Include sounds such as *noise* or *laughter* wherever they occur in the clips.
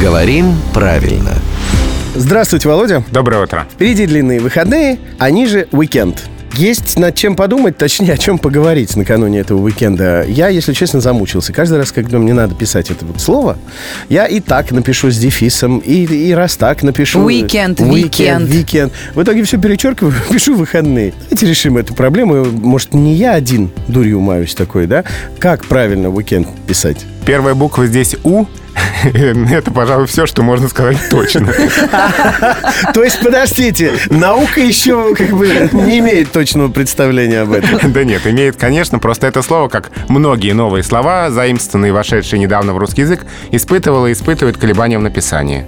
Говорим правильно. Здравствуйте, Володя. Доброе утро. Впереди длинные выходные, они же уикенд. Есть над чем подумать, точнее, о чем поговорить накануне этого уикенда. Я, если честно, замучился. Каждый раз, когда мне надо писать это вот слово, я и так напишу с дефисом, и, и раз так напишу. Уикенд, Уикенд, викенд. викенд. В итоге все перечеркиваю, *laughs* пишу выходные. Давайте решим эту проблему. Может, не я один дурью умаюсь такой, да? Как правильно уикенд писать? Первая буква здесь У. *laughs* Это, пожалуй, все, что можно сказать точно. *laughs* То есть, подождите, наука еще как бы не имеет точного представления об этом. Да нет, имеет, конечно, просто это слово, как многие новые слова, заимствованные и вошедшие недавно в русский язык, испытывало и испытывает колебания в написании.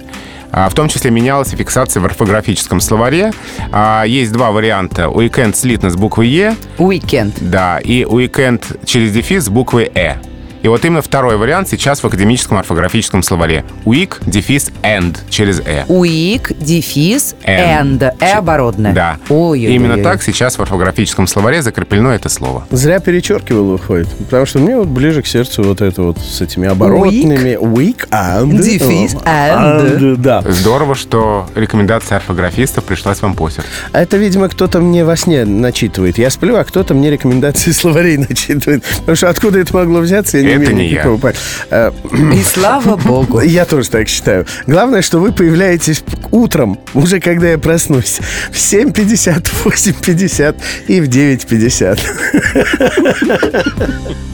А, В том числе менялась и фиксация в орфографическом словаре. А, Есть два варианта. Уикенд слитно с буквы Е, Уикенд. да, и уикенд через дефис с буквы Э. И вот именно второй вариант сейчас в академическом орфографическом словаре. Уик, дефис, энд через Э. Уик, дефис, And. энд. Э оборотное. Да. Ой, Именно так сейчас в орфографическом словаре закреплено это слово. Зря перечеркивал, выходит. Потому что мне вот ближе к сердцу вот это вот с этими оборотными. Week and. Дефис and. Да. Здорово, что рекомендация орфографистов пришлась вам по сердцу. А Это, видимо, кто-то мне во сне начитывает. Я сплю, а кто-то мне рекомендации *laughs* словарей начитывает. Потому что откуда это могло взяться, я не Это имею не я. никакого понятия. Э, И слава богу. Я тоже так считаю. Главное, что вы появляетесь утром, уже когда я проснусь, в 7.50, в 8.50 и в 9.50.